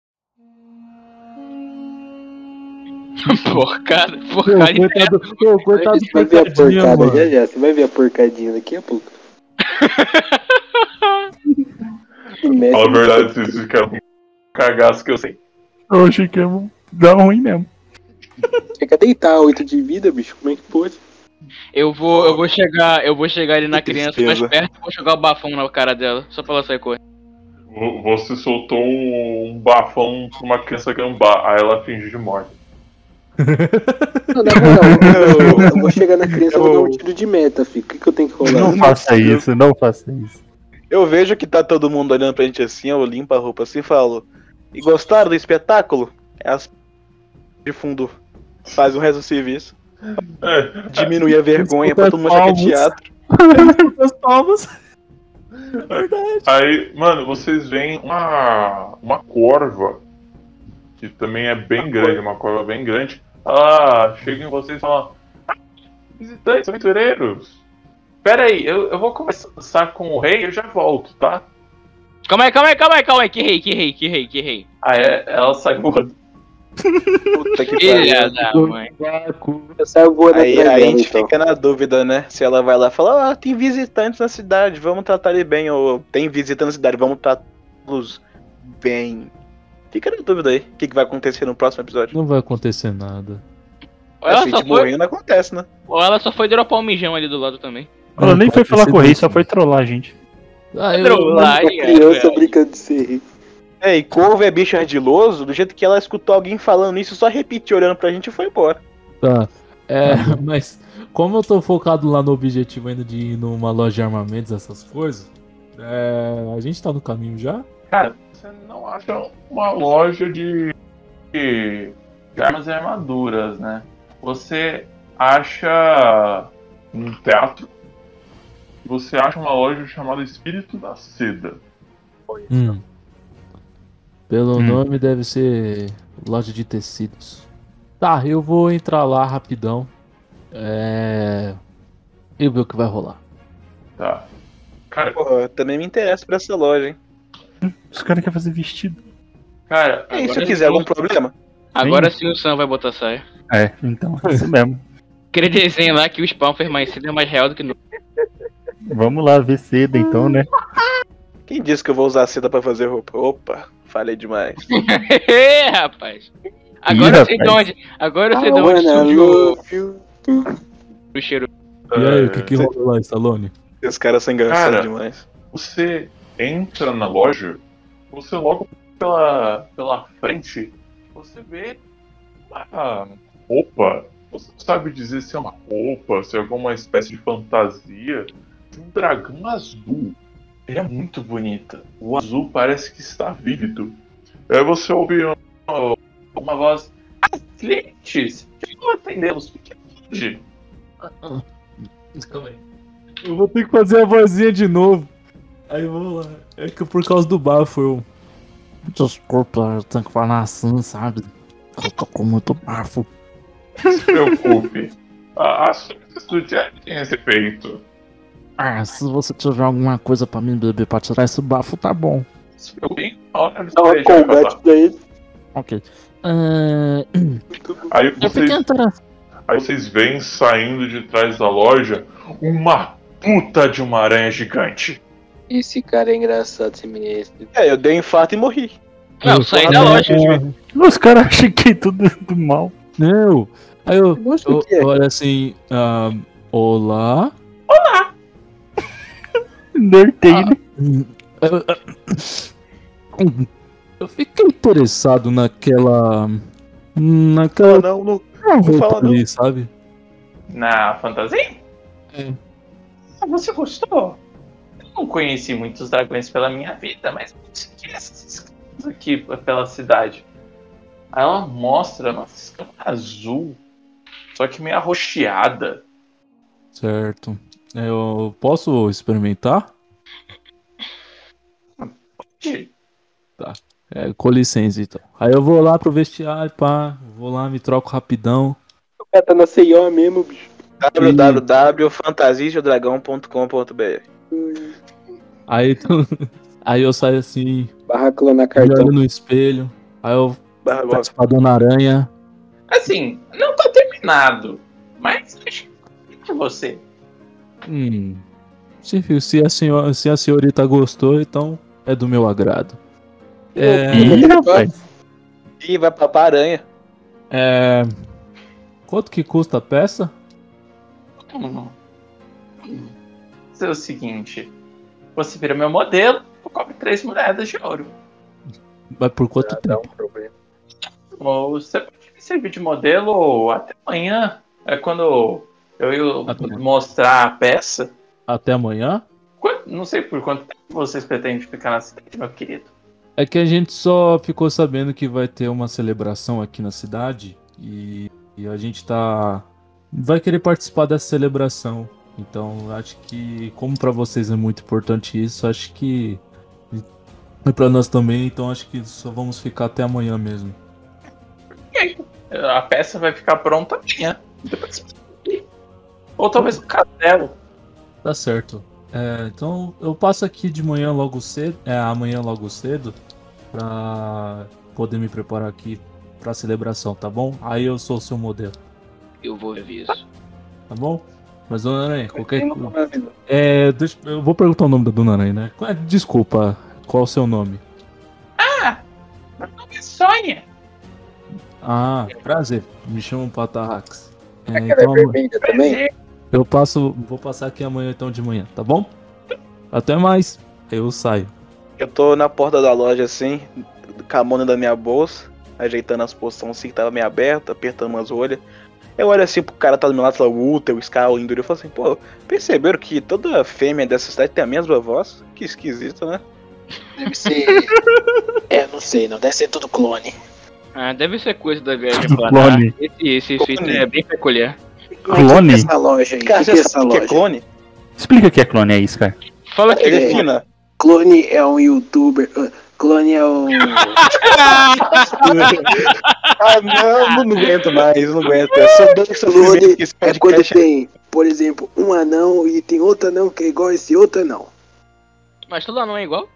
Porcada, Pô, porcada. é, coitado, pô, coitado do Você vai ver a tá pecadinho, porcada mano. já já. Você vai ver a porcadinha daqui a pouco. O Messi- Fala a verdade, vocês ficaram um cagaço que eu sei. Eu achei que ia dar ruim mesmo. Chega a deitar 8 de vida, bicho. Como é que pode? Eu vou, eu vou chegar, eu vou chegar ali na Que criança mais tristeza. perto e vou jogar o bafão na cara dela, só pra ela sair correndo. Vo- Você soltou um bafão pra uma criança gambá, aí ela fingiu de morte. Não, na moral, eu, eu vou chegar na criança e vou dar um tiro de meta, filho. O que, que eu tenho que rolar? Não. faça eu- isso, não faça isso. Eu vejo que tá todo mundo olhando pra gente assim, eu limpo a roupa assim e falo. E gostaram do espetáculo? É As de fundo fazem o resto do serviço. É, Diminuir a vergonha pra todo mundo achar que é teatro. Meus palmas. aí, mano, vocês veem uma, uma corva, que também é bem grande, uma corva bem grande. Ela chega em vocês e fala: "Ah, Visitantes, aventureiros, pera aí, eu, eu vou conversar com o rei eu já volto, tá? Calma aí, calma aí, calma aí, calma aí. Que rei, que rei, que rei, que rei. Aí ela sai voando. Puta que Filha pariu. da mãe. É, Eu saio voando Aí, atrás aí a dela, gente então. fica na dúvida, né? Se ela vai lá e fala, ah, tem visitantes na cidade, vamos tratar ele bem, ou tem visita na cidade, vamos tratá-los bem. Fica na dúvida aí, o que, que vai acontecer no próximo episódio. Não vai acontecer nada. Ou ela, se a só gente foi, morrer, não acontece, né? ou ela só foi dropar um mijão ali do lado também. Ela nem foi falar com o rei, só Aconteceu. foi trollar a gente. Ah, eu, Trollagem, Uma criança velho. brincando de ser rei. É, e couve é bicho ardiloso, do jeito que ela escutou alguém falando isso, só repetiu olhando pra gente e foi embora. Tá. É, mas como eu tô focado lá no objetivo ainda de ir numa loja de armamentos, essas coisas, é, a gente tá no caminho já? Cara, você não acha uma loja de, de armas e armaduras, né? Você acha um teatro. Você acha uma loja chamada Espírito da Seda. Hum. Pelo Hum. nome deve ser loja de tecidos. Tá, eu vou entrar lá rapidão. É. E ver o que vai rolar. Tá. Cara, Porra, eu também me interessa por essa loja, hein? Os caras querem fazer vestido. cara, é E aí, se Agora eu quiser sim. algum problema? Agora sim o Sam vai botar saia. É, então, é isso mesmo. Aquele desenho lá que o spawn permanecido é mais real do que nunca. Vamos lá ver cedo, então, né? Quem disse que eu vou usar a seda pra fazer roupa? Opa, falei demais. Ê, rapaz. Agora eu sei de rapaz. onde. Agora Ah, eu sei I de é onde wanna surgiu love you. o- o cheiro. E aí, o é, que que rolou lá, Stallone? Esses caras são engraçados Cara, demais. você entra na loja, você logo pela, pela frente, você vê uma roupa. Você não sabe dizer se é uma roupa, se é alguma espécie de fantasia de um dragão azul. Ele é muito bonita. O azul parece que está vívido. Aí você ouve uma, uma voz. "Ah, Clientes, não atendemos, fique longe. Eu vou ter que fazer a vozinha de novo. Aí vamos lá. É que por causa do bafo eu. Desculpa, eu tenho que falar assim, sabe? Eu tô com muito bafo. Não se preocupe. A- As coisas do diário têm esse efeito. Ah, se você tiver alguma coisa pra mim beber pra tirar esse bafo, tá bom. Eu bem na hora um de Dá uma beijar, é colgate pra ele. Ok. Ah, Aí eu vocês, fiquei interessado. aí vocês veem saindo de trás da loja uma puta de uma aranha gigante. Esse cara é engraçado, esse mestre. É, eu dei um infarto e morri. Não, eu saí da loja. Os caras acham que é tudo do mal. Não. Aí eu, Nossa, eu, o que é? olho assim. ah, olá. Norteio, né? Hum, eu- eu- Eu fiquei interessado naquela. Naquela. Não, não, não. roupa fala não. ali, sabe? Na fantasia? É. Ah, você gostou? Eu não conheci muitos dragões pela minha vida, mas que essas escamas aqui pela cidade. Aí ela mostra uma escama azul, só que meio arroxeada. Certo. Eu posso experimentar? Ih, É, com licença, então. Aí eu vou lá pro vestiário, pá. Vou lá, me troco rapidão. O cara tá na C&O mesmo, bicho. www.fantasiadragão.com.br Aí, tu- aí eu saio assim, Barraclando a me cartão. olho no espelho. Aí eu Barra peço pra Dona Aranha. Assim, não tá terminado, mas acho que é você. Hum. Sim, filho, se a, senhora, se a senhorita gostou, então é do meu agrado. É, Ih, rapaz. Ih, vai pra pra aranha. é, Quanto que custa a peça? Hum. Hum. Isso é o seguinte: você vira meu modelo, eu cobro três moedas de ouro. Vai por quanto Dá tempo? um problema. Ou você pode me servir de modelo ou até amanhã. É quando eu ia Até amanhã. mostrar a peça. Até amanhã? Quan- Não sei por quanto tempo vocês pretendem ficar na cidade, meu querido. É que a gente só ficou sabendo que vai ter uma celebração aqui na cidade e, e a gente tá. Vai querer participar dessa celebração. Então acho que, como pra vocês é muito importante isso, acho que. E pra nós também, então acho que só vamos ficar até amanhã mesmo. A peça vai ficar pronta amanhã. Depois- Ou talvez um castelo. Tá certo. É, então eu passo aqui de manhã logo cedo, é, amanhã logo cedo, pra poder me preparar aqui pra celebração, tá bom? Aí eu sou o seu modelo, Eu vou ver isso. tá bom? Mas, dona Aranha, qualquer. Não, não, não. É, deixa, eu vou perguntar o nome da dona Aranha, né? Qual é- Desculpa, qual é o seu nome? Meu nome é Sônia. Ah, prazer, me chamo Patarrax. É, Ela é então, vermelha também? eu passo, vou passar aqui amanhã então de manhã, tá bom? Até mais, eu saio. Eu tô na porta da loja assim, com a mão da minha bolsa, ajeitando as poções assim que tava meio aberta, apertando umas olhas. Eu olho assim pro cara tá do meu lado, fala, uh, teu Scar, o Enduro. Eu falo assim, pô, perceberam que toda fêmea dessa cidade tem a mesma voz? Que esquisito, né? Deve ser. É, não sei, não. Deve ser tudo clone. Ah, deve ser coisa da viagem Do planar. clone. Esse, esse, esse item é bem peculiar. Clone? Essa loja aí. Cara, que você que é sabe essa o que é loja? clone? Ah. Explica o que é clone aí, Scar. Fala que É. Defina. Clone é um youtuber. ah, Clone é um. ah, não, não aguento mais, não aguento. Eu sou doido que sou Clone que esse é quando podcast tem, por exemplo, um anão e tem outro anão que é igual a esse outro anão. Mas tudo lá não é igual?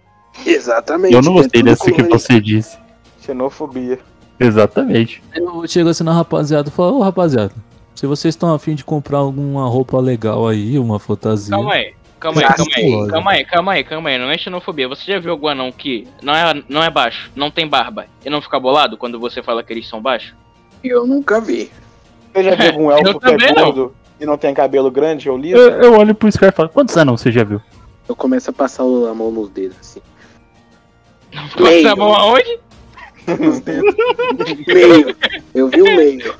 Exatamente. Eu não é gostei tudo dessa que clone. você disse. é xenofobia. Exatamente. Eu chego assim na rapaziada e falo, ô rapaziada, se vocês estão afim de comprar alguma roupa legal aí, uma fantasia. Calma aí. Calma aí, Já calma aí, sei. calma aí, calma aí, calma aí, não é xenofobia. Você já viu algum anão que não é, não é baixo, não tem barba e não fica bolado quando você fala que eles são baixos? Eu nunca vi. Você já viu algum elfo que é também não. gordo e não tem cabelo grande ou liso? Eu, eu olho pro Scar e falo, quantos anos você já viu? Eu começo a passar a mão nos dedos assim. Passa a mão tá aonde? Meio. Eu vi o meio.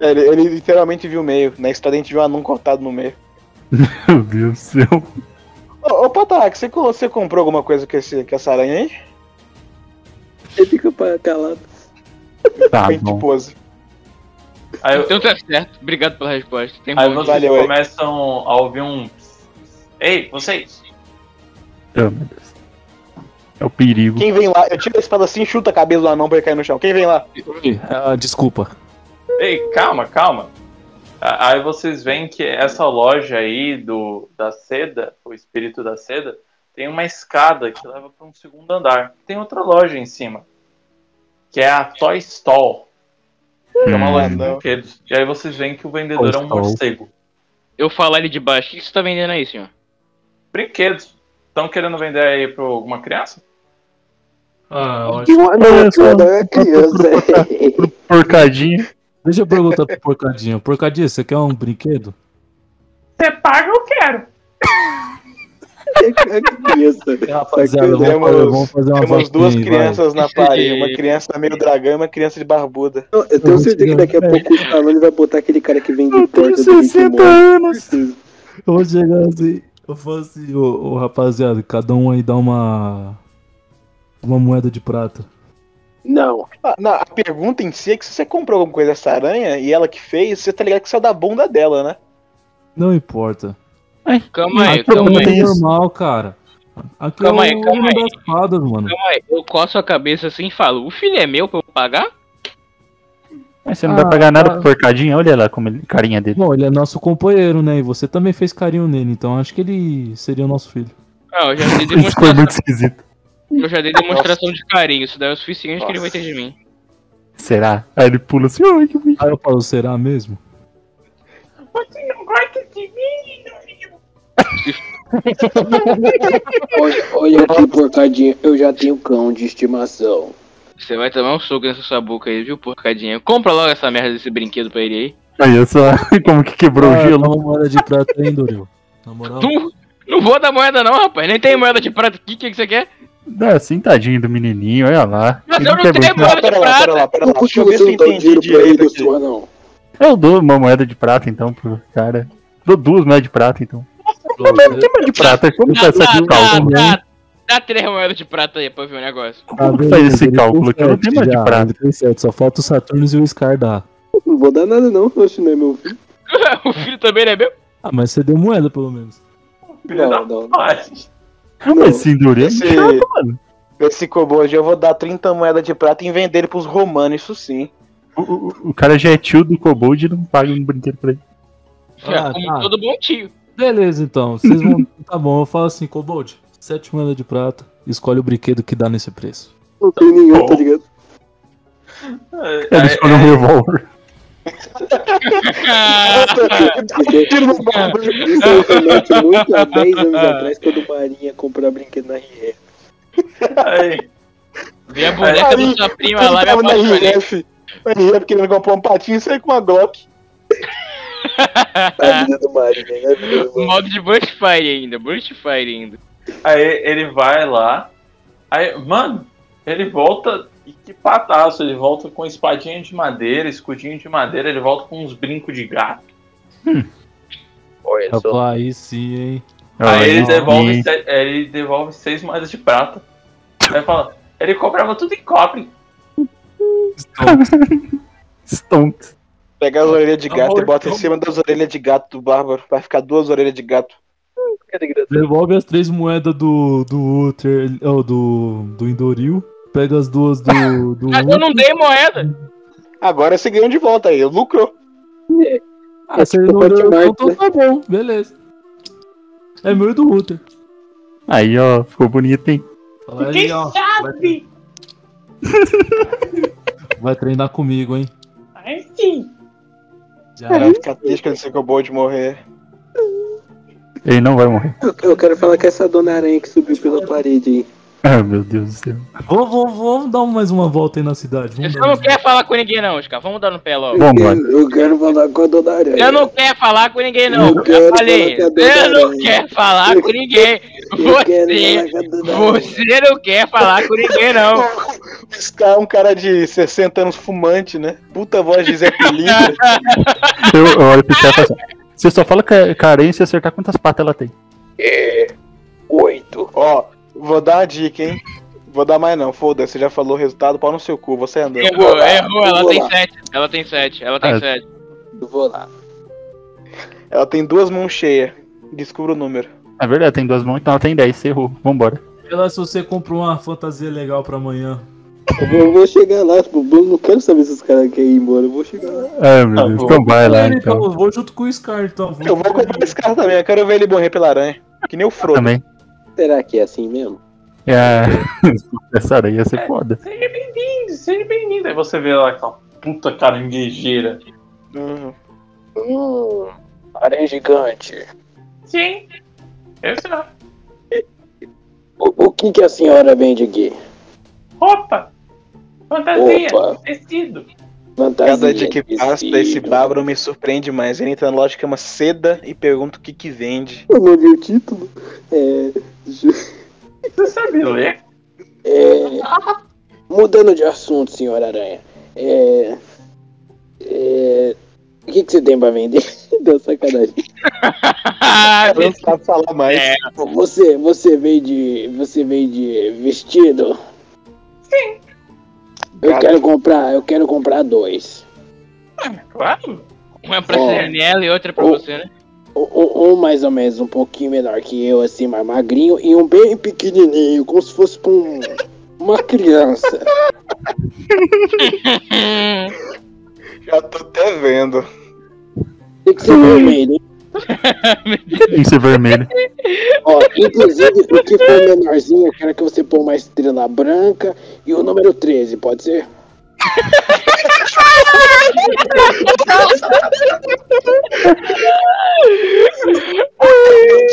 Ele, ele literalmente viu o meio. Na história a gente viu um anão cortado no meio. Meu Deus do céu. Ô, ô Patax, você, co- você comprou alguma coisa com, esse, com essa aranha aí? Ele fica pa- calado. Tá Foi de bom. pose. Aí, eu- Então tá certo, obrigado pela resposta. Tem aí bom vocês dia. Valeu, aí. começam a ouvir um. "Ps, ps". Ei, vocês! Ah, meu Deus. É o perigo. Quem vem lá, eu tiro a espada assim e chuta a cabeça do anão pra ele cair no chão. Quem vem lá? Ih, ah, desculpa. Ei, calma, calma. A- Aí vocês veem que essa loja aí do da seda, o espírito da seda, tem uma escada que leva para um segundo andar. Tem outra loja em cima, que é a Toy Stall. Que é uma Hum. loja de brinquedos. E aí vocês veem que o vendedor é Toy um Stall. morcego. Eu falo ali de baixo, o que você tá vendendo aí, senhor? Brinquedos. Estão querendo vender aí para alguma criança? Ah, Um anão, Olha que o só. anão é criança. Porcadinho. Deixa eu perguntar pro Porcadinho. Porcadinho, você quer um brinquedo? Você paga, eu quero. É criança. Rapaziada, Sacana, vamos fazer, temos- vamos fazer uma Temos duas vaquinha, crianças na parede. E- Uma criança meio dragão e uma criança de barbuda. Não, eu tenho certeza que daqui a pouco o Stallone vai botar aquele cara que vende Eu tenho porta do Rick 60 Morty. anos. vai. Eu vou chegar assim. Eu falo assim, ô, ô, rapaziada, cada um aí dá uma. Uma moeda de prata. Não. Ah, não, a pergunta em si é que se você comprou alguma coisa dessa aranha e ela que fez, você tá ligado que saiu da bunda dela, né? Não importa. Calma aí, Ah, todo calma mundo aí. tem é isso. normal, cara. Aqui Calma é aí, o calma homem aí. das fadas, mano. Calma aí, eu coço a cabeça assim e falo, o filho é meu pra eu pagar? Mas É, você não Ah, vai pagar nada ah. pro porcadinho? Olha lá como ele, carinha dele. Bom, ele é nosso companheiro, né? E você também fez carinho nele, então acho que ele seria o nosso filho. Ah, eu já fiz Isso foi assim. demonstração. é muito esquisito. Eu já dei demonstração de carinho, isso daí é o suficiente que ele vai ter de mim. Será? Aí ele pula assim, ai que bonito. Aí eu falo, será mesmo? Você não gosta de mim? Olha, olha aqui, porcadinha, eu já tenho cão de estimação. Você vai tomar um soco nessa sua boca aí, viu, porcadinha? Compra logo essa merda desse brinquedo pra ele aí. Aí eu só, como que quebrou o Ah, gelo? dá uma moeda de prata aí, Doril. Na moral, Não, não vou dar moeda não, rapaz. Nem tem moeda de prata aqui, o que, que você quer? Dá assim, tadinho do menininho, olha lá. Mas Ele eu não quer tenho brincar. moeda de Ah, pera lá, pera prata. lá, pera lá. Por que Deixa eu ver você se eu não dá o entendi dinheiro pra direito ele, aqui. sua não? Eu dou uma moeda de prata então pro cara. Dou duas moedas de prata então. você Moeda de prata, como que Dá, faz esse dá, cálculo? dá, dá, dá três moedas de prata aí pra ver o negócio. tá Como que vendo, faz esse Doril? cálculo? Que eu não Tem tenho mais de sete prata. já, tem sete, Só falta o Saturnus e o Scar dar. Não vou dar nada não, oxe, não é meu filho. o filho também não é meu? Ah, mas você deu moeda, pelo menos. Filho Não, da não. pode. Ah, mas esse endurece Esse- Esse Kobold, eu vou dar 30 moedas de prata e vender ele pros romanos, isso sim. O, o- o cara já é tio do Kobold e não paga um brinquedo pra ele. Ah, É, como tá. todo bom tio. Beleza, então. Vocês vão. tá bom, eu falo assim, Kobold, sete moedas de prata, escolhe o brinquedo que dá nesse preço. Não tem nenhum, tá ligado? Ele escolhe um revólver. Ah, Porque Isso aí remete muito a 10 anos atrás, quando o Marinha comprou brinquedo na RE. Ai, Vem a boneca Aí, da sua prima lá, me né, tava na apaixonei. RF. Na RF querendo comprar um patinho, saiu com uma Glock. A vida do Marinha, né? A vida do O Marinha. modo de Bushfire ainda, Bushfire ainda. aí ele vai lá. Aí, mano, ele volta. E que pataço, ele volta com espadinha de madeira, escudinho de madeira, ele volta com uns brincos de gato. Olha só. Rapaz, aí sim, hein? Aí ele Olha, devolve, e- se- ele devolve seis moedas de prata. Aí fala, ele cobrava tudo em cobre. Stonks. Pega as orelhas de gato Amor, e bota em amor. cima das orelhas de gato do Bárbaro. Vai ficar duas orelhas de gato. Devolve as três moedas do. do Uther. Ou do. do Indoril. Pega as duas do. do Mas eu Uther. não dei moeda. Agora você ganhou de volta aí, lucrou. Ah, você não Tipo deu, Hotmart, então tá bom, beleza. É meu e do Uther. Aí, ó, ficou bonito, hein? Fala aí, ó. Vai, vai treinar comigo, hein? Aí sim. Já Vai ficar triste quando você acabou de morrer. Ele não vai morrer. Eu quero falar que é essa dona aranha que subiu pela parede aí. Ah, meu Deus do céu. Vamos, vamos, vamos dar mais uma volta aí na cidade. Vamos Você dar não mais uma- quer falar com ninguém não, Oscar. Vamos dar no pé logo. Bom, mano. Eu, eu quero falar com a dona aranha. Eu não quero falar com ninguém não. Eu Eu quero falei, falar com a eu dona não Aranha. quero falar Eu com ninguém. Eu quero falar Você, com a dona aranha. você não quer falar com ninguém não. O Scar é um cara de 60 anos fumante, né? Puta voz de Zé Pelinho. Eu, eu olho pro cara e falo assim, Você só fala que é carência se acertar quantas patas ela tem. Oito. Ó, vou dar uma dica, hein? Vou dar mais não, foda-se, já falou o resultado, pau no seu cu, você é andou. Errou, lá, é? errou. eu Ela vou tem lá. sete. Ela tem sete. Ela tem Ah, sete. Eu vou lá. Ela tem duas mãos cheias. Descubra o número. Na verdade, tem duas mãos, então ela tem dez. Você errou. Vambora. Ela, se você comprou uma fantasia legal pra amanhã. Eu vou- Eu vou chegar lá, tipo, eu não quero saber se os caras querem ir embora, eu vou chegar lá. Ah, meu Deus. Então vai lá, Ele, então. eu vou junto com o Scar, então. Eu vou comprar esse cara também, eu quero ver ele morrer pela aranha. Que nem o Frodo. Também. Será que é assim mesmo? É, essa aranha ia ser foda. Seja bem-vindo, seja bem-vindo. Aí você vê lá aquela puta caranguejeira. Uhum. aranha é gigante. Sim. Eu sei lá. O, o que que a senhora vende aqui? Roupa. Fantasia. Opa. Tecido. Fantasia. Cada dia que passa, esse tecido. bárbaro me surpreende mais. Ele entra na loja que chama seda e pergunta o que que vende. Eu não vi o título. É, ju- Você sabe ler? é, Mudando de assunto, senhora aranha. É... é, O que que você tem pra vender? Deu sacanagem. Ah, Eu não sabe falar mais. É. Você, você vende, você vende vestido? Sim. Eu quero comprar, eu quero comprar dois. Claro. Uma pra Ó. Cianela e outra pra Ô. você, né? Um, um mais ou menos um pouquinho menor que eu, assim, mais magrinho, e um bem pequenininho, como se fosse pra um, uma criança. Hum, Já tô até vendo. O que que você tem medo, hein? Tem que ser vermelho. Ó, inclusive, o que for menorzinho, eu quero que você pôr uma estrela branca e o número 13, pode ser?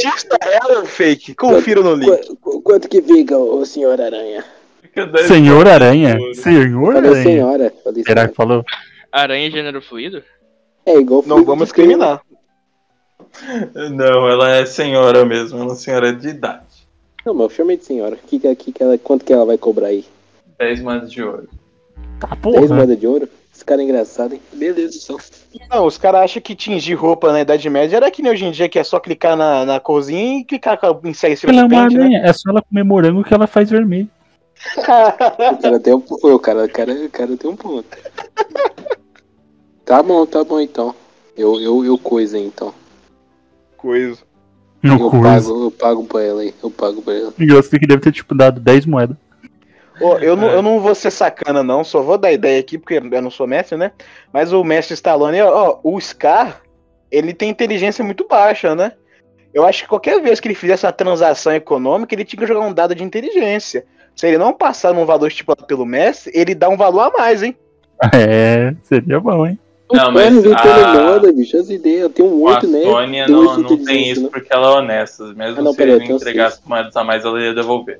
Dista real ou fake? Confira no link. Qu- qu- quanto que fica, o senhor aranha? Fica dez Senhor pontos, Aranha? mano. Senhor Falei Aranha? senhora. Falei Será senhora. que falou? Aranha é gênero fluido? É igual Não vamos discriminar. Não, ela é senhora mesmo, ela é senhora de idade. Não, mas eu chamei de senhora. Que, que, que, que ela, quanto que ela vai cobrar aí? 10 moedas de ouro. Tá 10 porra. moedas de ouro? Esse cara é engraçado, hein? Beleza, só. Não, os caras acham que tingir roupa na Idade Média era que nem hoje em dia, que é só clicar na, na corzinha e clicar com a inserir em cima Ela é do uma pente, né? aranha. É só ela comer morango que ela faz vermelho. O cara tem um ponto. O cara, o cara, o cara tem um ponto. Tá bom, tá bom então. Eu, eu, eu coisa então. Coisa. No Eu curso. pago, eu pago pra ela aí. Eu pago pra ela. Eu sei que deve ter, tipo, dado 10 moedas. Ô, eu, não, eu não vou ser sacana, não, só vou dar ideia aqui, porque eu não sou mestre, né? Mas o mestre Stallone, ó, ó, o Scar, ele tem inteligência muito baixa, né? Eu acho que qualquer vez que ele fizesse uma transação econômica, ele tinha que jogar um dado de inteligência. Se ele não passar num valor estipulado pelo mestre, ele dá um valor a mais, hein? É, seria bom, hein? Não, Ah, mas não a- nada, bicho. As ideias. Eu tenho um A 8, né? Sônia Dois não, não itens tem disso, isso né? porque ela é honesta. Mesmo Ah, não, se peraí, ele eu tenho entregasse moedas a mais, ela ia devolver.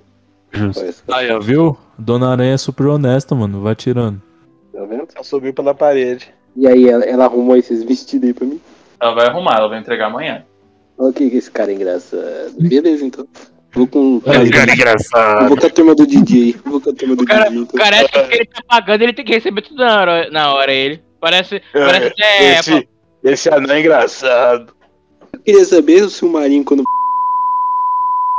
Justo. Parece que- Aí, ó, viu? Dona Aranha é super honesta, mano. Vai tirando. Tá vendo? Ela subiu pela parede. E aí ela, ela arrumou esses vestidos aí pra mim. Ela vai arrumar, ela vai entregar amanhã. Olha que que esse cara é engraçado. Beleza então. Vou com. é engraçado. Vou com a turma do DJ. Vou com a turma do O cara, DJ. o Então. cara acha que ele tá pagando, ele tem que receber tudo na hora, na hora ele. Parece, É. parece é até. É, esse, esse anão é engraçado. Eu queria saber se o Marinho quando.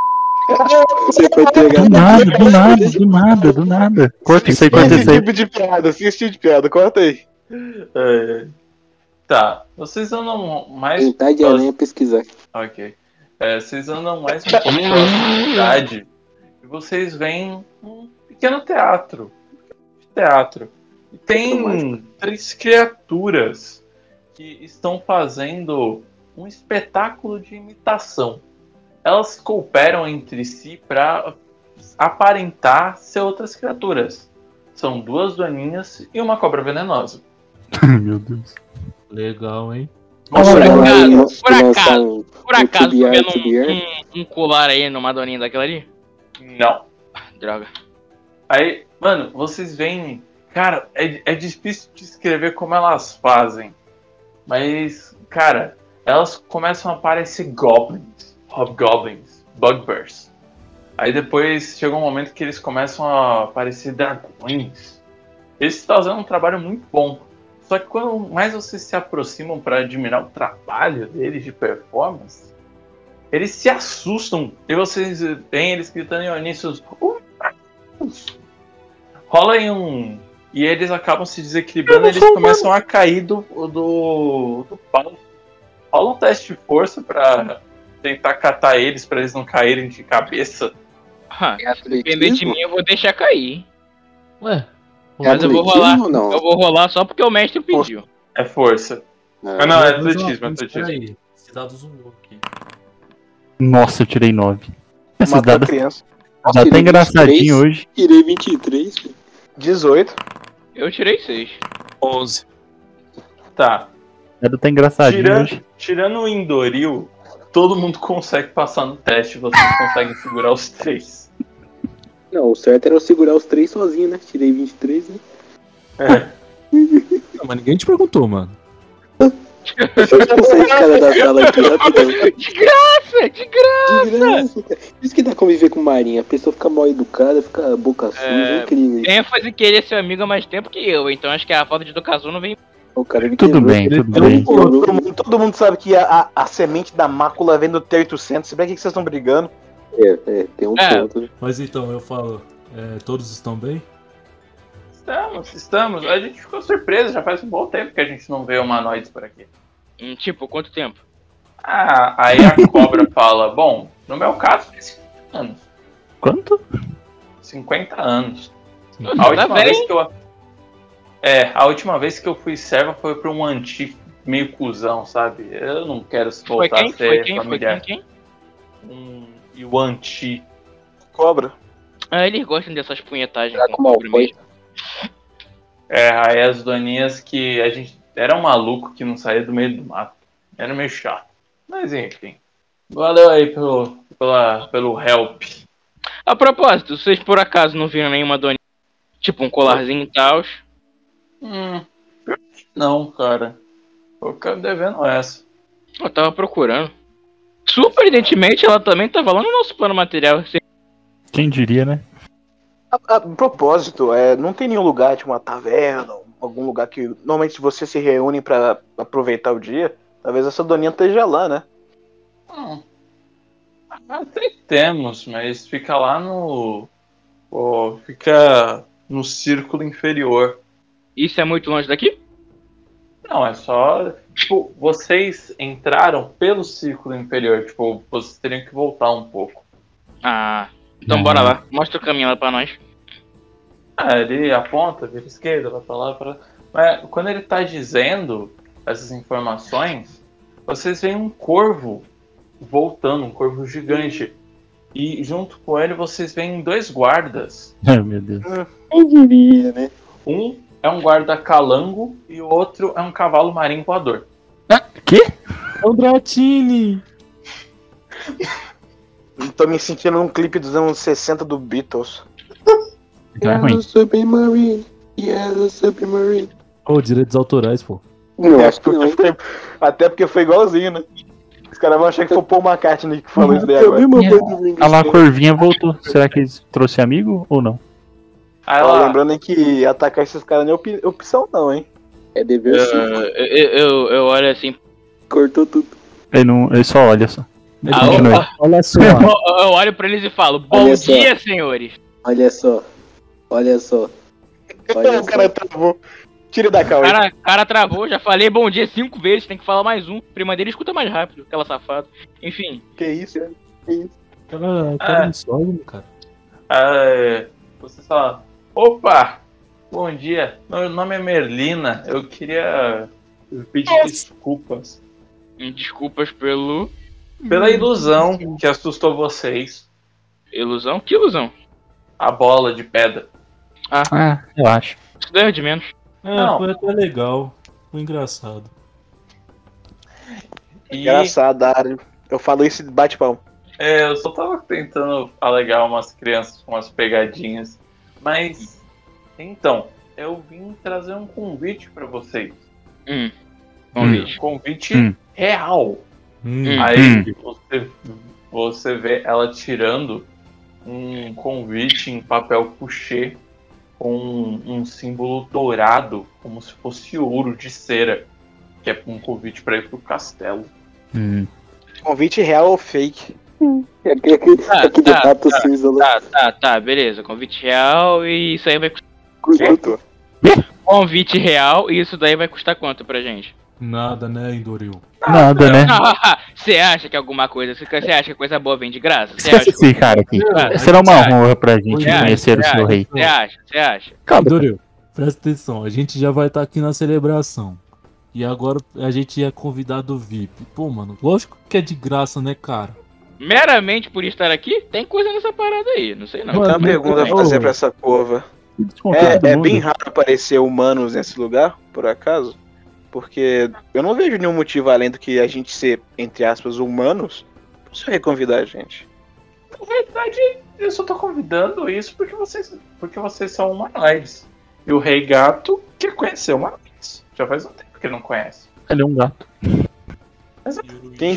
Você foi entregar. Do nada, do nada, do nada, do nada. Corta isso aí, corta Esse isso aí. tipo de piada, assim, esse tipo de piada, corta aí. É. Tá, vocês andam mais. Tentar de aranha pesquisar. Ok. É, vocês andam mais um pouco pela cidade e vocês veem um pequeno teatro. Um pequeno teatro. E tem três criaturas que estão fazendo um espetáculo de imitação. Elas cooperam entre si para aparentar ser outras criaturas. São duas doninhas e uma cobra venenosa. Meu Deus. Legal, hein? Nossa, por ela acaso, lan- por lançar um acaso. Por O acaso, tô TBR, vendo TBR? um, um, um colar aí numa doninha daquela ali? Ah, Não. Droga. Aí, mano, vocês veem. Cara, é, é difícil descrever como elas fazem. Mas, cara, elas começam a parecer goblins, hobgoblins, bugbears. Aí depois chega um momento que eles começam a parecer dragões. Eles estão fazendo um trabalho muito bom. Só que quanto mais vocês se aproximam para admirar o trabalho deles de performance, eles se assustam. E vocês veem eles gritando em "Uh, Onísios, rola em um. E eles acabam se desequilibrando eles começam a cair do, do, do palco. Rola um teste de força pra tentar catar eles, pra eles não caírem de cabeça. Ah, É depender de atletismo? mim, eu vou deixar cair. hein? Ué. É Mas eu vou atletismo rolar. ou não? Eu vou rolar só porque o mestre pediu. É força. Não. Ah, não, é atletismo, é atletismo. Peraí, esse dado zoou aqui. Nossa, eu tirei 9. Esses Matou a dados criança. tá até engraçadinho hoje. Tirei 23. filho. 18. Eu tirei seis. 11. Tá. Dado tá engraçadinho Tirando- hoje. Tirando o Indoril, todo mundo consegue passar no teste, vocês conseguem segurar os três. Não, o certo era eu segurar os três sozinho, né? Tirei 23, né? Não, mas ninguém te perguntou, mano. Eu saí de cara da sala aqui rapidão. De graça! De graça! De graça, cara. Isso que dá conviver com o Marinho. A pessoa fica mal educada, fica boca suja. É. É... Incrível. isso. Tem ênfase que ele é seu amigo há mais tempo que eu, então acho que a falta de educação não vem. O cara me Tudo quebrou. bem, ele tudo deu um bem. Pô, todo, mundo, todo mundo sabe que a, a- a semente da mácula vem do T800. Se bem que vocês estão brigando. É, é, tem um É. ponto. né? Mas então, eu falo, é, todos estão bem? Estamos, estamos. A gente ficou surpreso, já faz um bom tempo que a gente não vê humanoides por aqui. Hum, Tipo, quanto tempo? Ah, aí a cobra fala: Bom, no meu caso, faz 50 anos. Quanto? 50 anos. Nossa, A tá última velho, vez hein? que eu. É, a última vez que eu fui serva foi para um antigo meio cuzão, sabe? Eu não quero se Foi voltar quem? a Foi ser quem? Foi quem? familiar. quem? Um Yuan Chi. Cobra. Ah, eles gostam dessas punhetagens Será com que uma sobremesa. É, aí as doninhas que a gente era um maluco que não saía do meio do mato. Era meio chato. Mas enfim. Valeu aí pelo, pela, pelo help. A propósito, vocês por acaso não viram nenhuma doninha? Tipo um colarzinho e tal. Hum, pior que não, cara. Eu ficar me devendo essa. Eu tava procurando. Surpreendentemente, ela também tava lá no nosso plano material. Assim, Quem diria, né? A, a propósito, é, não tem nenhum lugar, tipo uma taverna, algum lugar que normalmente vocês se reúnem pra aproveitar o dia. Talvez essa doninha esteja lá, né? Hum. Até Ah, temos, mas fica lá no. pô, fica no círculo inferior. Isso é muito longe daqui? Não, é só. Tipo, vocês entraram pelo círculo inferior. Tipo, vocês teriam que voltar um pouco. Ah, então Não. bora lá. Mostra o caminho lá pra nós. Ah, ele aponta, vira esquerda, vai pra lá, pra lá. Mas quando ele tá dizendo essas informações, vocês veem um corvo voltando, um corvo gigante. E junto com ele vocês veem dois guardas. Ai, meu Deus. Quem diria, né? Um é um guarda calango e o outro é um cavalo marinho voador. Andratini! Eu Tô me sentindo num clipe dos anos 60 do Beatles. Então é ruim. Yellow Submarine, Yellow Submarine. Ô, direitos autorais, pô. Não, É, acho que não. né? porque foi- até porque foi igualzinho, né? Os caras vão achar que foi o Paul McCartney que falou isso daí Eu vi agora. uma coisa do Ringo Ah lá, a Starr. Corvinha voltou. Será que eles trouxe amigo ou não? Aí Ó, ela, lembrando que atacar esses caras não é opi- opção, não, hein? É Eu, dever sim. eu, eu, eu olho assim. Cortou tudo. Ele, não, ele só olha só. Ah, continua. opa. Olha só. eu, eu olho pra eles e falo: Bom Olha só. dia, senhores. Olha só. Olha só. Olha o cara só. travou. Tira da O calma. cara, cara travou, já falei bom dia cinco vezes. Tem que falar mais um. Prima dele escuta mais rápido, aquela safada. Enfim, Que isso? Cara, cara cara insólido, cara. é, vocês falam, opa, bom dia, meu nome é Merlina, eu queria pedir É, desculpas desculpas pelo. pela Hum. ilusão que assustou vocês, Ilusão? Que ilusão? a bola de pedra. Ah, eu acho. Isso daí é de menos. É, Não. foi até legal. Foi engraçado. E Engraçado, Dario. Eu falo isso e bate pau. é, eu só tava tentando alegar umas crianças com umas pegadinhas, mas então, eu vim trazer um convite pra vocês. Hum. Convite. Um convite Hum. real. Hum. Aí você, você vê ela tirando um convite em papel couché com um, um símbolo dourado, como se fosse ouro de cera, que é um convite pra ir pro castelo. Hum. Convite real ou fake? É que- é que- Ah, é que tá, debate o cinza Tá, lá. tá, tá, beleza. Convite real e isso aí vai custar. Cortou. Convite real e isso daí vai custar quanto pra gente? Nada, né, Indoril? Nada, É. né? Ah, Você acha que alguma coisa. Você acha que coisa boa vem de graça? Você acha? Esquece esse cara aqui. Cara, Será uma cara. honra pra gente Cara, conhecer o cara. seu rei. Você acha? Você acha? Calma, Doril, presta atenção, a gente já vai estar aqui na celebração. E agora a gente é convidado VIP. Pô, mano, lógico que é de graça, né, cara? Meramente por estar aqui, tem coisa nessa parada aí. Não sei não. Eu Mano, tenho uma né? mas- pergunta pra Ô, fazer pra essa curva. É, é bem raro aparecer humanos nesse lugar, por acaso. Porque eu não vejo nenhum motivo além do que a gente ser, entre aspas, humanos. Pra você reconvidar a gente. Na verdade, eu só tô convidando isso porque vocês, porque vocês são humanoides. E o Rei Gato quer conhecer humanoides. Já faz um tempo que ele não conhece. Ele é um gato. Quem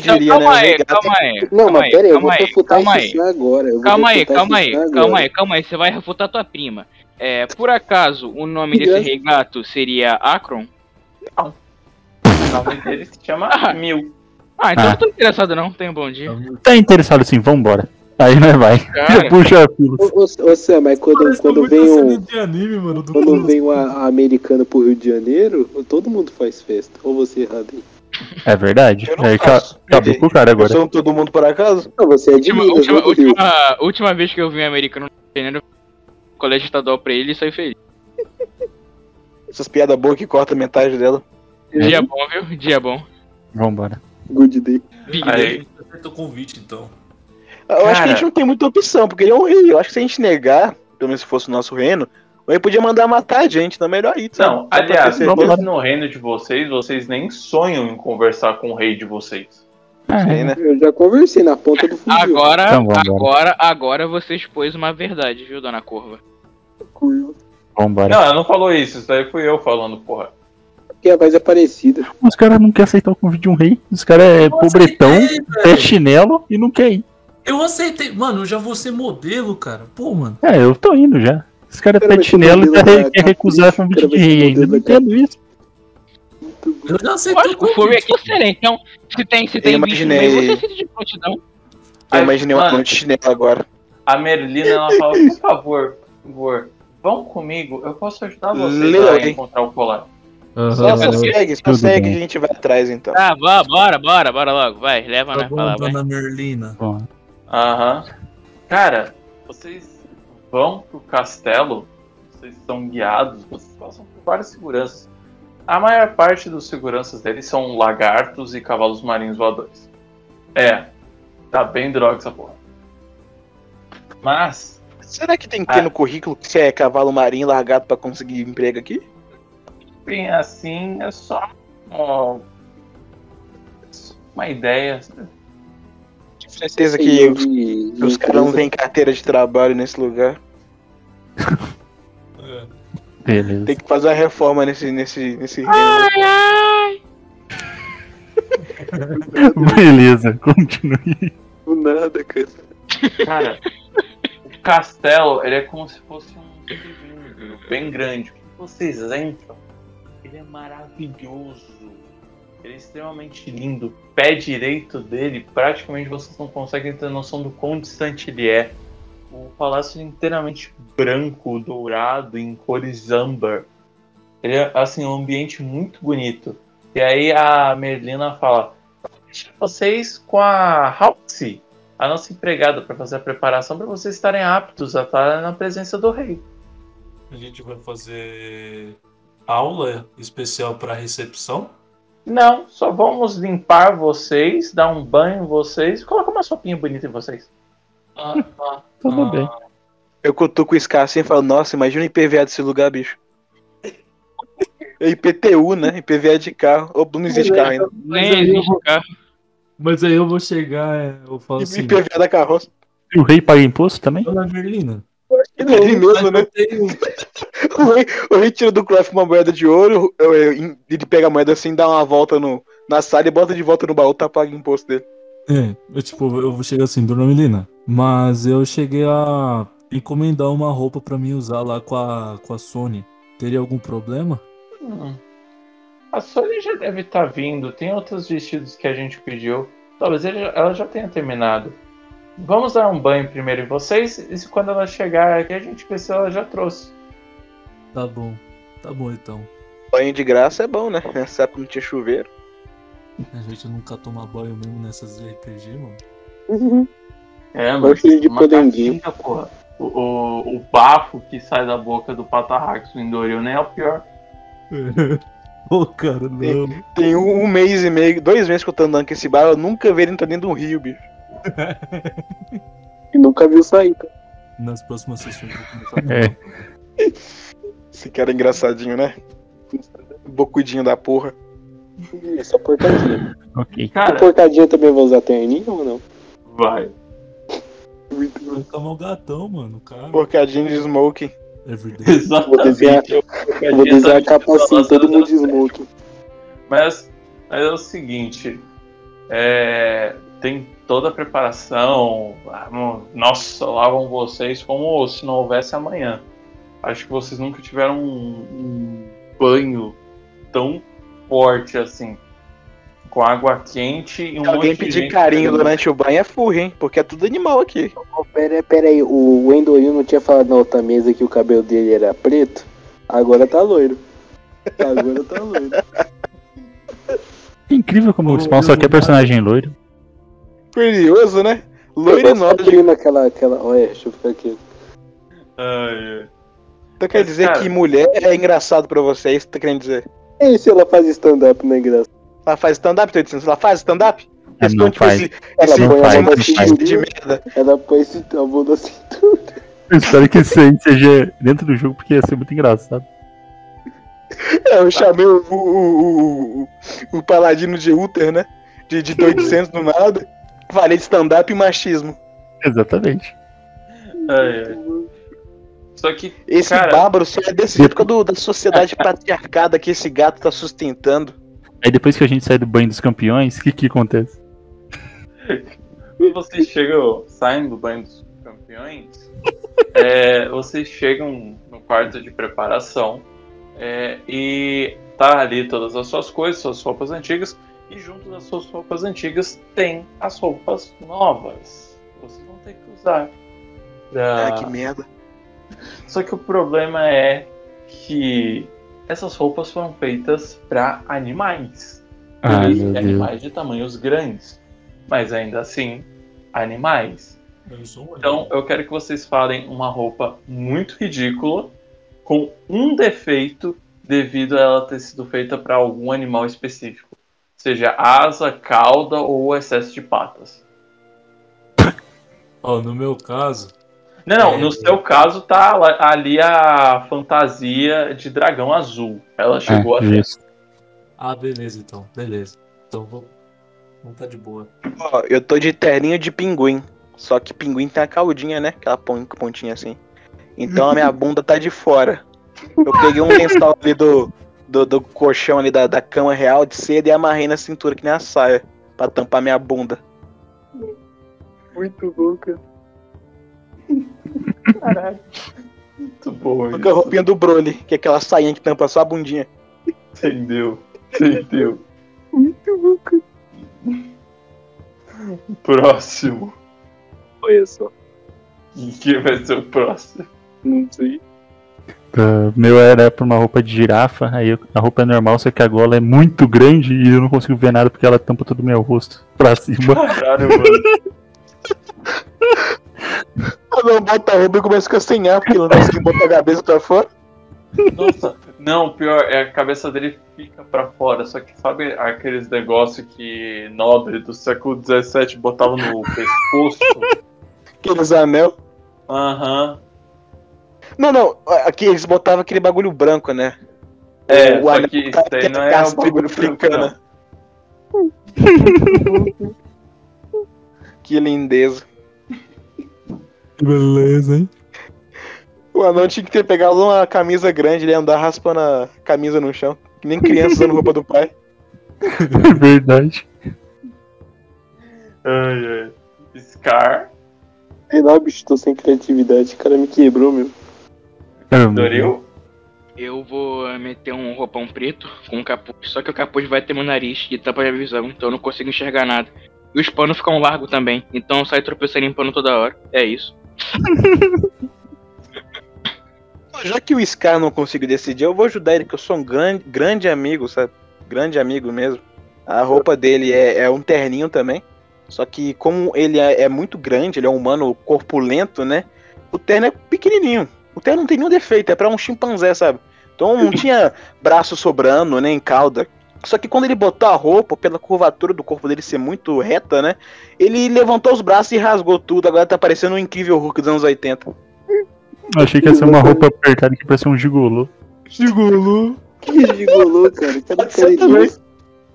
Não, diria, né? calma O aí, Regato- calma aí. Não, calma mas pera aí, eu vou calma refutar calma isso aí. sim agora. eu vou Calma aí, refutar calma isso aí, sim agora. calma aí, calma aí. Você vai refutar tua prima. É, por acaso o nome Que desse graça. rei gato seria Akron? O nome dele se chama Mil. Ah, então Ah. eu não tô interessado não. Tenha um bom dia. Tá interessado sim, vambora. Aí nós vai. Cara, Puxa a fila. Ô, ô, ô Sam, mas quando, Parece quando muito vem uma um. cena de anime, mano, do Quando Cruz. vem um a- americano pro Rio de Janeiro, todo mundo faz festa. Ou você é errado aí? É verdade. Eu não Aí ca- faço. acabou com o cara agora. São todo mundo por acaso? Não, você é de Última, Minas, última, não do Rio. última, última vez que eu vi um americano no gênero, colégio estadual pra ele e saí feliz. Essas piadas boas que cortam metade dela. Uhum. Dia bom, viu? Dia bom. Vambora. Good day. Big Aí. Day. Aceita o convite, então. Eu acho que a Cara. gente não tem muita opção, porque ele é um rei. Eu acho que se a gente negar, pelo menos se fosse o nosso reino, o rei podia mandar matar a gente, então é melhor ir. sabe? Não, Só pra aliás, ter vocês certeza. no reino de vocês, vocês nem sonham em conversar com o rei de vocês. Sim, né? Eu já conversei na ponta do fuzil. Agora, Então vambora. agora, agora você expôs uma verdade, viu, dona Curva? Curva. É, Vambora. Não, ela não falou isso, isso daí fui eu falando, porra. Porque a voz é parecida. Os caras não querem aceitar o convite de um rei. Os caras é Eu pobretão, aceitei, velho. é chinelo e não quer ir. Eu aceitei. Mano, eu já vou ser modelo, cara. Pô, mano. É, eu tô indo já. Os caras é Cara, pé vai de ser chinelo e modelo da quer quer Capricho, recusar o cara, convite de vai ser rei ainda. modelo Não da entendo isso. Muito bom. Eu já aceitei o Lógico, que o Furry convite. aqui é diferente. Então, se tem, se tem bicho no meio, imaginei. você fica de prontidão. Eu imaginei uma Mano. ponte chinelo agora. A Merlina, ela fala, por favor, por favor, vão comigo, eu posso ajudar vocês Leu, a hein? encontrar o colar. Só, Aham. só segue, só Tudo segue bem. que a gente vai atrás então. Tá, vá, bora, bora, bora logo. né? Vai, leva Tá na bom, palavra. dona Merlina. Bom, Aham. Cara, vocês vão pro castelo, vocês são guiados, vocês passam por várias seguranças. A maior parte dos seguranças deles são lagartos e cavalos marinhos voadores. É, tá bem droga essa porra. Mas, Será que tem que ter Ah. no currículo que você é cavalo marinho largado pra conseguir emprego aqui? bem assim, é só, ó, uma ideia. Tenho certeza E que eu os, vi- que os caras não têm carteira de trabalho nesse lugar. beleza. Tem que fazer uma reforma nesse. nesse, nesse Ah, Beleza, continue. Do nada, cara. Cara, o castelo ele é como se fosse um cilindro bem grande. Quando vocês entram, ele é maravilhoso. Ele é extremamente lindo. O Pé direito dele, praticamente vocês não conseguem ter noção do quão distante ele é. O palácio é inteiramente branco, dourado, em cores âmbar. Ele é assim, um ambiente muito bonito. E aí a Merlina fala: "Vou deixar vocês com a Halsey a nossa empregada para fazer a preparação para vocês estarem aptos a estar na presença do rei. A gente vai fazer aula especial pra recepção. Não, só vamos limpar vocês, dar um banho em vocês, colocar uma sopinha bonita em vocês. Tudo bem. Eu cutuco o Scar assim e falo, nossa, imagina o IPVA desse lugar, bicho. É IPTU, né? IPVA de carro. Ou não existe carro ainda. Mas Nem aí, eu existe vou, carro. mas aí eu vou chegar, é, eu falo assim. IPVA da carroça. E o rei paga imposto também? Dona Merlina. Ele é de mesmo, né? Eu tenho- O rei, o rei tira do Clef uma moeda de ouro, eu- eu- ele pega a moeda assim, dá uma volta no, na sala e bota de volta no baú, tá pago o imposto dele. É, eu, tipo, eu vou chegar assim, Dona Melina. Mas eu cheguei a encomendar uma roupa pra mim usar lá com a, com a Sony. Teria algum problema? Hum. A Sônia já deve estar vindo, tem outros vestidos que a gente pediu. Talvez ele- ela já tenha terminado. Vamos dar um banho primeiro em vocês, e se quando ela chegar aqui a gente vê se ela já trouxe. Tá bom. Tá bom então. Banho de graça é bom, né? Nessa época não tinha chuveiro. A gente nunca toma banho mesmo nessas RPG, mano. Uhum. É, Eu achei de Uma podenguinho. caixinha, porra. O, o, o bafo que sai da boca do patarraxo em Dorian é o pior. Ô, cara, não. Tem um, um mês e meio, dois meses que eu tô andando com esse bar, eu nunca vi ele entrando dentro de um rio, bicho. E nunca viu sair, cara. Nas próximas sessões eu vou começar. É. Esse cara é engraçadinho, né? Bocudinho da porra. É só porcadinha. Ok. Cara, A porcadinha também vai usar terninho ou não? vai. Muito bom. Vai ficar mal gatão, mano, cara. Porcadinho de smoking. Everyday. Exatamente. Eu Vou desenhar a capa assim, falando todo mundo de sério. smoke. Mas, mas é o seguinte. é, tem toda a preparação. vamos- Nossa, lavam vocês como se não houvesse amanhã. Acho que vocês nunca tiveram um, um banho tão forte assim. Com água quente e um Se alguém monte de pedir gente carinho fazendo durante o banho é furro, hein? Porque é tudo animal aqui. Ô, Pera, pera aí, o Wendell Yu não tinha falado na outra mesa que o cabelo dele era preto? Agora tá loiro. Agora tá loiro. É Incrível como o Ô, Spawn só meu quer lugar. personagem loiro. Curioso, né? Loiro e Eu gosto nódico. daquele naquela, aquela... Olha, deixa eu ficar aqui. Ai, ai. Então quer dizer Cara. que mulher é engraçado pra você, é isso que tá querendo dizer. E se ela faz stand-up né, na igreja? Ela faz stand-up, Teu Edson? Ela faz stand-up? Ah, não Responde pra faz. esse, Ela esse não faz, esse não machismo faz. de merda. Ela põe esse tabu na cintura. Eu espero que isso aí seja dentro do jogo, porque ia ser muito engraçado. É, Eu chamei o, o, o, o, o paladino de Uther, né? De, de 800 no nada. Falei de stand-up e machismo. Exatamente. É. Ai, ai. Só que, Esse Cara- bárbaro só é desse época do, da sociedade patriarcada que esse gato tá sustentando. Aí depois que a gente sai do banho dos campeões, o que que acontece? Quando vocês chegam, saem do banho dos campeões, é, vocês chegam no quarto de preparação é, e tá ali todas as suas coisas, suas roupas antigas, e junto das suas roupas antigas tem as roupas novas. que Vocês vão ter que usar. pra- Ah, que merda. Só que o problema é que essas roupas foram feitas para animais Ai, é, e meu Deus. animais de tamanhos grandes. Mas ainda assim, animais. Menos um, Então eu quero que vocês falem uma roupa muito ridícula, com um defeito devido a ela ter sido feita para algum animal específico. Seja asa, cauda ou excesso de patas. Ó, no meu caso, Não, não, É. no seu caso tá lá- ali a fantasia de dragão azul. Ela chegou a É, isso. ah, beleza então, beleza. Então vou, vamos tá de boa. Ó, eu tô de terninho de pinguim. Só que pinguim tem a caudinha, né? Aquela pon- pontinha assim. Então a minha bunda tá de fora. Eu peguei um lençol ali do, do, do colchão ali da, da cama real de seda e amarrei na cintura que nem a saia. Pra tampar minha bunda. Muito bom, cara. muito boa. Porque a roupinha do Broly, que é aquela sainha que tampa só a bundinha. Entendeu? Entendeu? Muito bom, cara. Próximo. Olha só. Quem vai ser o próximo? Não sei. Tá, meu era pra uma roupa de girafa, aí eu- a roupa é normal, só que a gola é muito grande e eu não consigo ver nada porque ela tampa todo o meu rosto pra cima. Caralho, mano. Eu não bota a roupa e começa a ficar sem ar, porque não consegue botar a cabeça pra fora. Nossa, não, pior é a cabeça dele fica pra fora. Só que sabe aqueles negócios que nobre do século XVII botava no pescoço? Aqueles anel. Aham. Não, não. Aqui eles botavam aquele bagulho branco, né? É, O só anel que isso daí não é um caça bagulho africano. africana. Que lindeza. Beleza, hein? O anão tinha que ter pegado uma camisa grande, ele ia andar raspando a camisa no chão. Que nem criança usando roupa do pai. É verdade. Ai, ai. Scar, Sei lá, bicho, tô sem criatividade. O cara me quebrou, meu. Doril. Eu vou meter um roupão preto com um capuz, só que o capuz vai ter meu nariz e tampa minha visão, então eu não consigo enxergar nada. E os panos ficam largos também, então eu saio tropeçando em pano toda hora. É isso. Já que o Scar não conseguiu decidir, eu vou ajudar ele, que eu sou um grande, grande amigo, sabe? Grande amigo mesmo. A roupa dele é, é um terninho também. Só que como ele é, é muito grande, ele é um humano corpulento, né? O terno é pequenininho. O terno não tem nenhum defeito, é pra um chimpanzé, sabe? Então não tinha braço sobrando, nem cauda. Só que quando ele botou a roupa, pela curvatura do corpo dele ser muito reta, né? Ele levantou os braços e rasgou tudo. Agora tá parecendo um incrível Hulk dos anos 80. Eu achei que ia ser uma roupa apertada que parecia um gigolô. Que gigolô, cara. Cara, Pode ser também.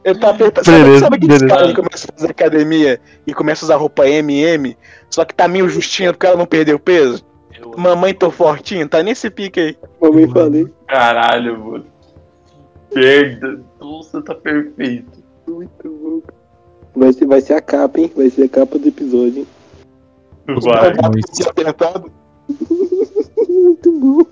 Ele tá apertado. Sabe, Beleza, sabe aqueles beleza. caras que começam a fazer academia e começam a usar roupa MM, só que tá meio justinho porque ela não perdeu peso? Mamãe, tô fortinho, tá nesse pique aí. Mamãe falei. Caralho, mano. Perda. Nossa, tá perfeito. Muito bom, cara. Vai ser, vai ser a capa, hein? Vai ser a capa do episódio, hein? Vai. Tá apertado. Muito bom.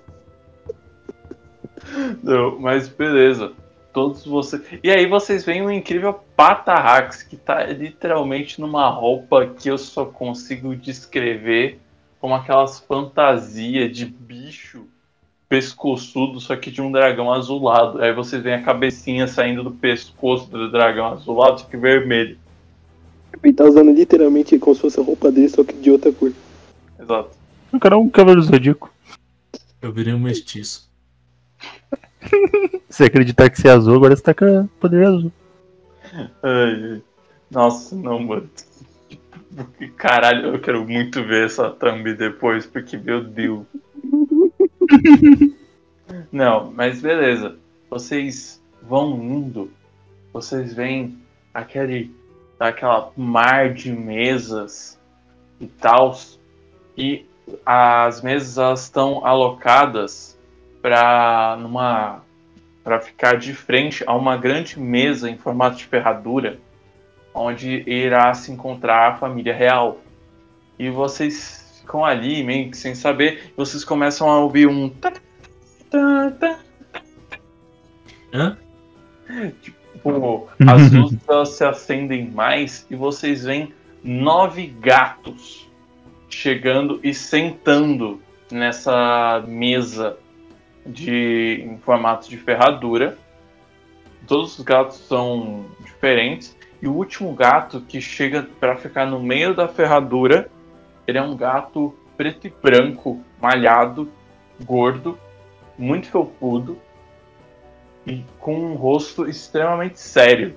Não, mas beleza. Todos vocês. E aí vocês veem o incrível Patarrax, que tá literalmente numa roupa que eu só consigo descrever como aquelas fantasias de bicho pescoçudo, só que de um dragão azulado. Aí vocês veem a cabecinha saindo do pescoço do dragão azulado, só que vermelho. Ele tá usando literalmente como se fosse a roupa dele, só que de outra cor. Exato. O cara é um cavaleiro zodíaco. Eu virei um mestiço. Se acreditar que você é azul, agora você tá com poder azul. Ai, nossa, não, mano. Porque, Caralho, eu quero muito ver essa thumb depois, porque meu Deus. Não, mas beleza. Vocês vão indo, vocês veem aquele, aquela mar de mesas e tal, e as mesas elas estão alocadas para numa para ficar de frente a uma grande mesa em formato de ferradura, onde irá se encontrar a família real. E vocês ficam ali meio que sem saber, e vocês começam a ouvir um tá, tac, tac, tac, Hã? Tipo, as luzes elas se acendem mais e vocês veem nove gatos chegando e sentando nessa mesa de em formato de ferradura. Todos os gatos são diferentes e o último gato que chega para ficar no meio da ferradura, ele é um gato preto e branco, malhado, gordo, muito felpudo e com um rosto extremamente sério.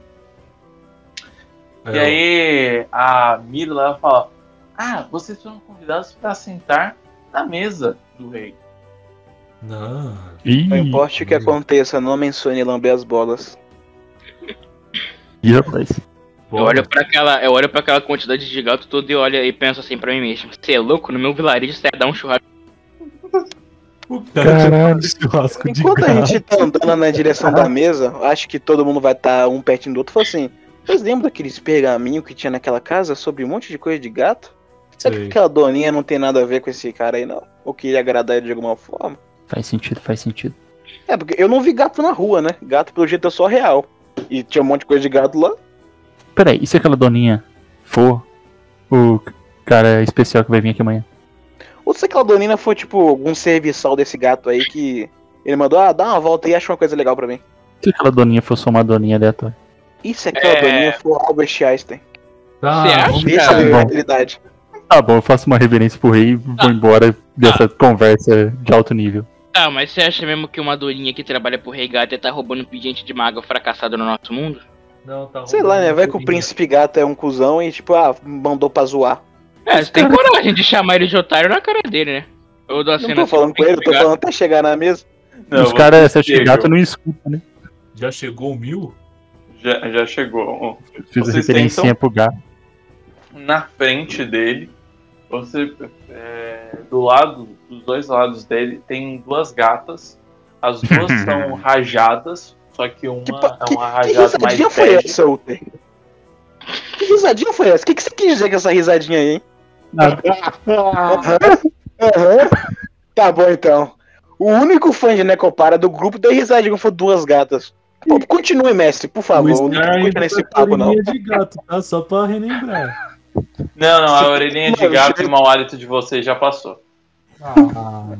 E Eu- aí a Mila ela fala: Ah, vocês foram convidados para sentar na mesa do rei. É, Não. Ih, Não importa o que aconteça, não mencione lamber as bolas. ih, rapaz. Eu olho, pra aquela, eu olho pra aquela quantidade de gato todo e olho e penso assim pra mim mesmo. Você é louco? No meu vilarejo você ia dar um churrasco. O cara Caralho. de churrasco de Enquanto a gato. gente tá andando na direção da mesa, acho que todo mundo vai estar um pertinho do outro. Falou assim: vocês lembram daqueles pergaminhos que tinha naquela casa sobre um monte de coisa de gato? Será que Sei. aquela doninha não tem nada a ver com esse cara aí, não? Ou queria agradar ele de alguma forma? Faz sentido, faz sentido. É, porque eu não vi gato na rua, né? Gato, pelo jeito, é só real. E tinha um monte de coisa de gato lá. Peraí, e se aquela doninha for o cara especial que vai vir aqui amanhã? Ou se aquela donina foi, tipo, algum serviçal desse gato aí que ele mandou, ah, dá uma volta aí, acha uma coisa legal pra mim. Se aquela doninha for só uma doninha aleatória? E se aquela É. doninha for Albert Einstein? é Tá, Você é? acha? vamos- Deixa cara. a versatilidade. Tá bom, eu faço uma reverência pro rei e Tá. vou embora dessa conversa de alto nível. Ah, mas você acha mesmo que uma dorinha que trabalha pro rei gato ia tá roubando pedinte de mago fracassado no nosso mundo? Não, tá Sei lá, né? Vai que o roubando príncipe gato é um cuzão e, tipo, ah, mandou pra zoar. É, você tem coragem de chamar ele de otário na cara dele, né? Eu dou a Não cena tô assim, falando com ele, eu tô falando até chegar na mesa. Não, Os caras, se eu chega. chegar, tu não escuta, né? Já chegou o mil? já, já chegou. Fiz a Vocês referência tentam- pro gato. Na frente dele, você. é, do lado, dos dois lados dele, tem duas gatas. As duas são rajadas, só que uma Que pa- é uma Que rajada mais risadinha foi bege. essa, Uter? Que risadinha foi essa? O que, que você quis dizer com essa risadinha aí, hein? Nada. Aham. Aham. Tá bom, então. O único fã de Necopara do grupo deu risadinha quando foi duas gatas. Pô, continue, mestre, por favor. O Tá não Scar fica ainda tá nesse com a papo, não. orelhinha de gato, tá? Só pra relembrar. Não, não, a orelhinha de Mano, gato já- e o mau hálito de vocês já passou. Ah.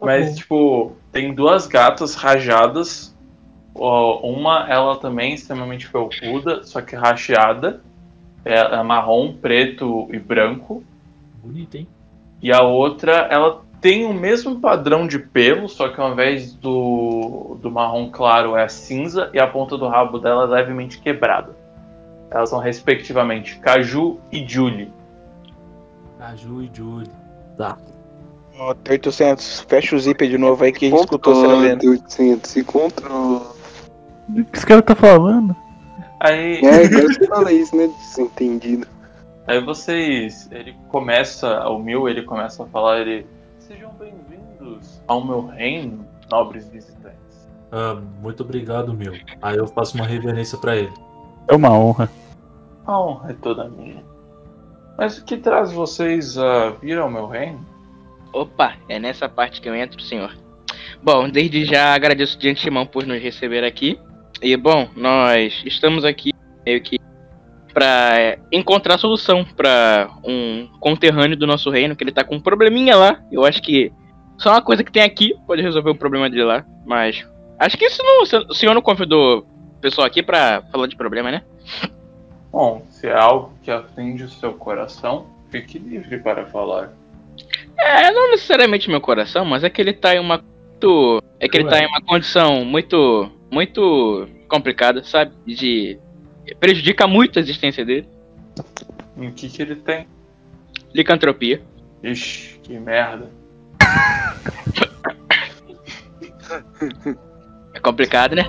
Mas, tipo, tem duas gatas rajadas. Ó, Uma, ela também é extremamente felpuda, só que racheada. É é marrom, preto e branco. Bonito, hein? E a outra, ela tem o mesmo padrão de pelo, só que ao invés do, do marrom claro é cinza e a ponta do rabo dela é levemente quebrada. Elas são respectivamente Caju e Julie. Caju e Júlio. Ó, 800, fecha o zíper de novo aí que escutou você tá vendo. Controle, 800, se controla. O que esse cara tá falando? Aí, É, agora você fala isso, né? Desentendido. aí vocês. Ele começa, o Mil, ele começa a falar: ele. Sejam bem-vindos ao meu reino, nobres visitantes. Ah, muito obrigado, meu. Aí eu faço uma reverência pra ele. É uma honra. A honra é toda minha. Mas o que traz vocês a vir ao meu reino? Opa, é nessa parte que eu entro, senhor. Bom, desde já agradeço de antemão por nos receber aqui. E bom, nós estamos aqui meio que para encontrar solução para um conterrâneo do nosso reino que ele tá com um probleminha lá. Eu acho que só uma coisa que tem aqui pode resolver o problema dele lá, mas acho que isso não, o senhor não convidou o pessoal aqui pra falar de problema, né? Bom, se é algo que atende o seu coração, fique livre para falar. É, não necessariamente meu coração, mas é que ele tá em uma muito. É que ele Ué. tá em uma condição muito. muito complicada, sabe? De. prejudica muito a existência dele. E o que que ele tem? Licantropia. Ixi, que merda. É complicado, né?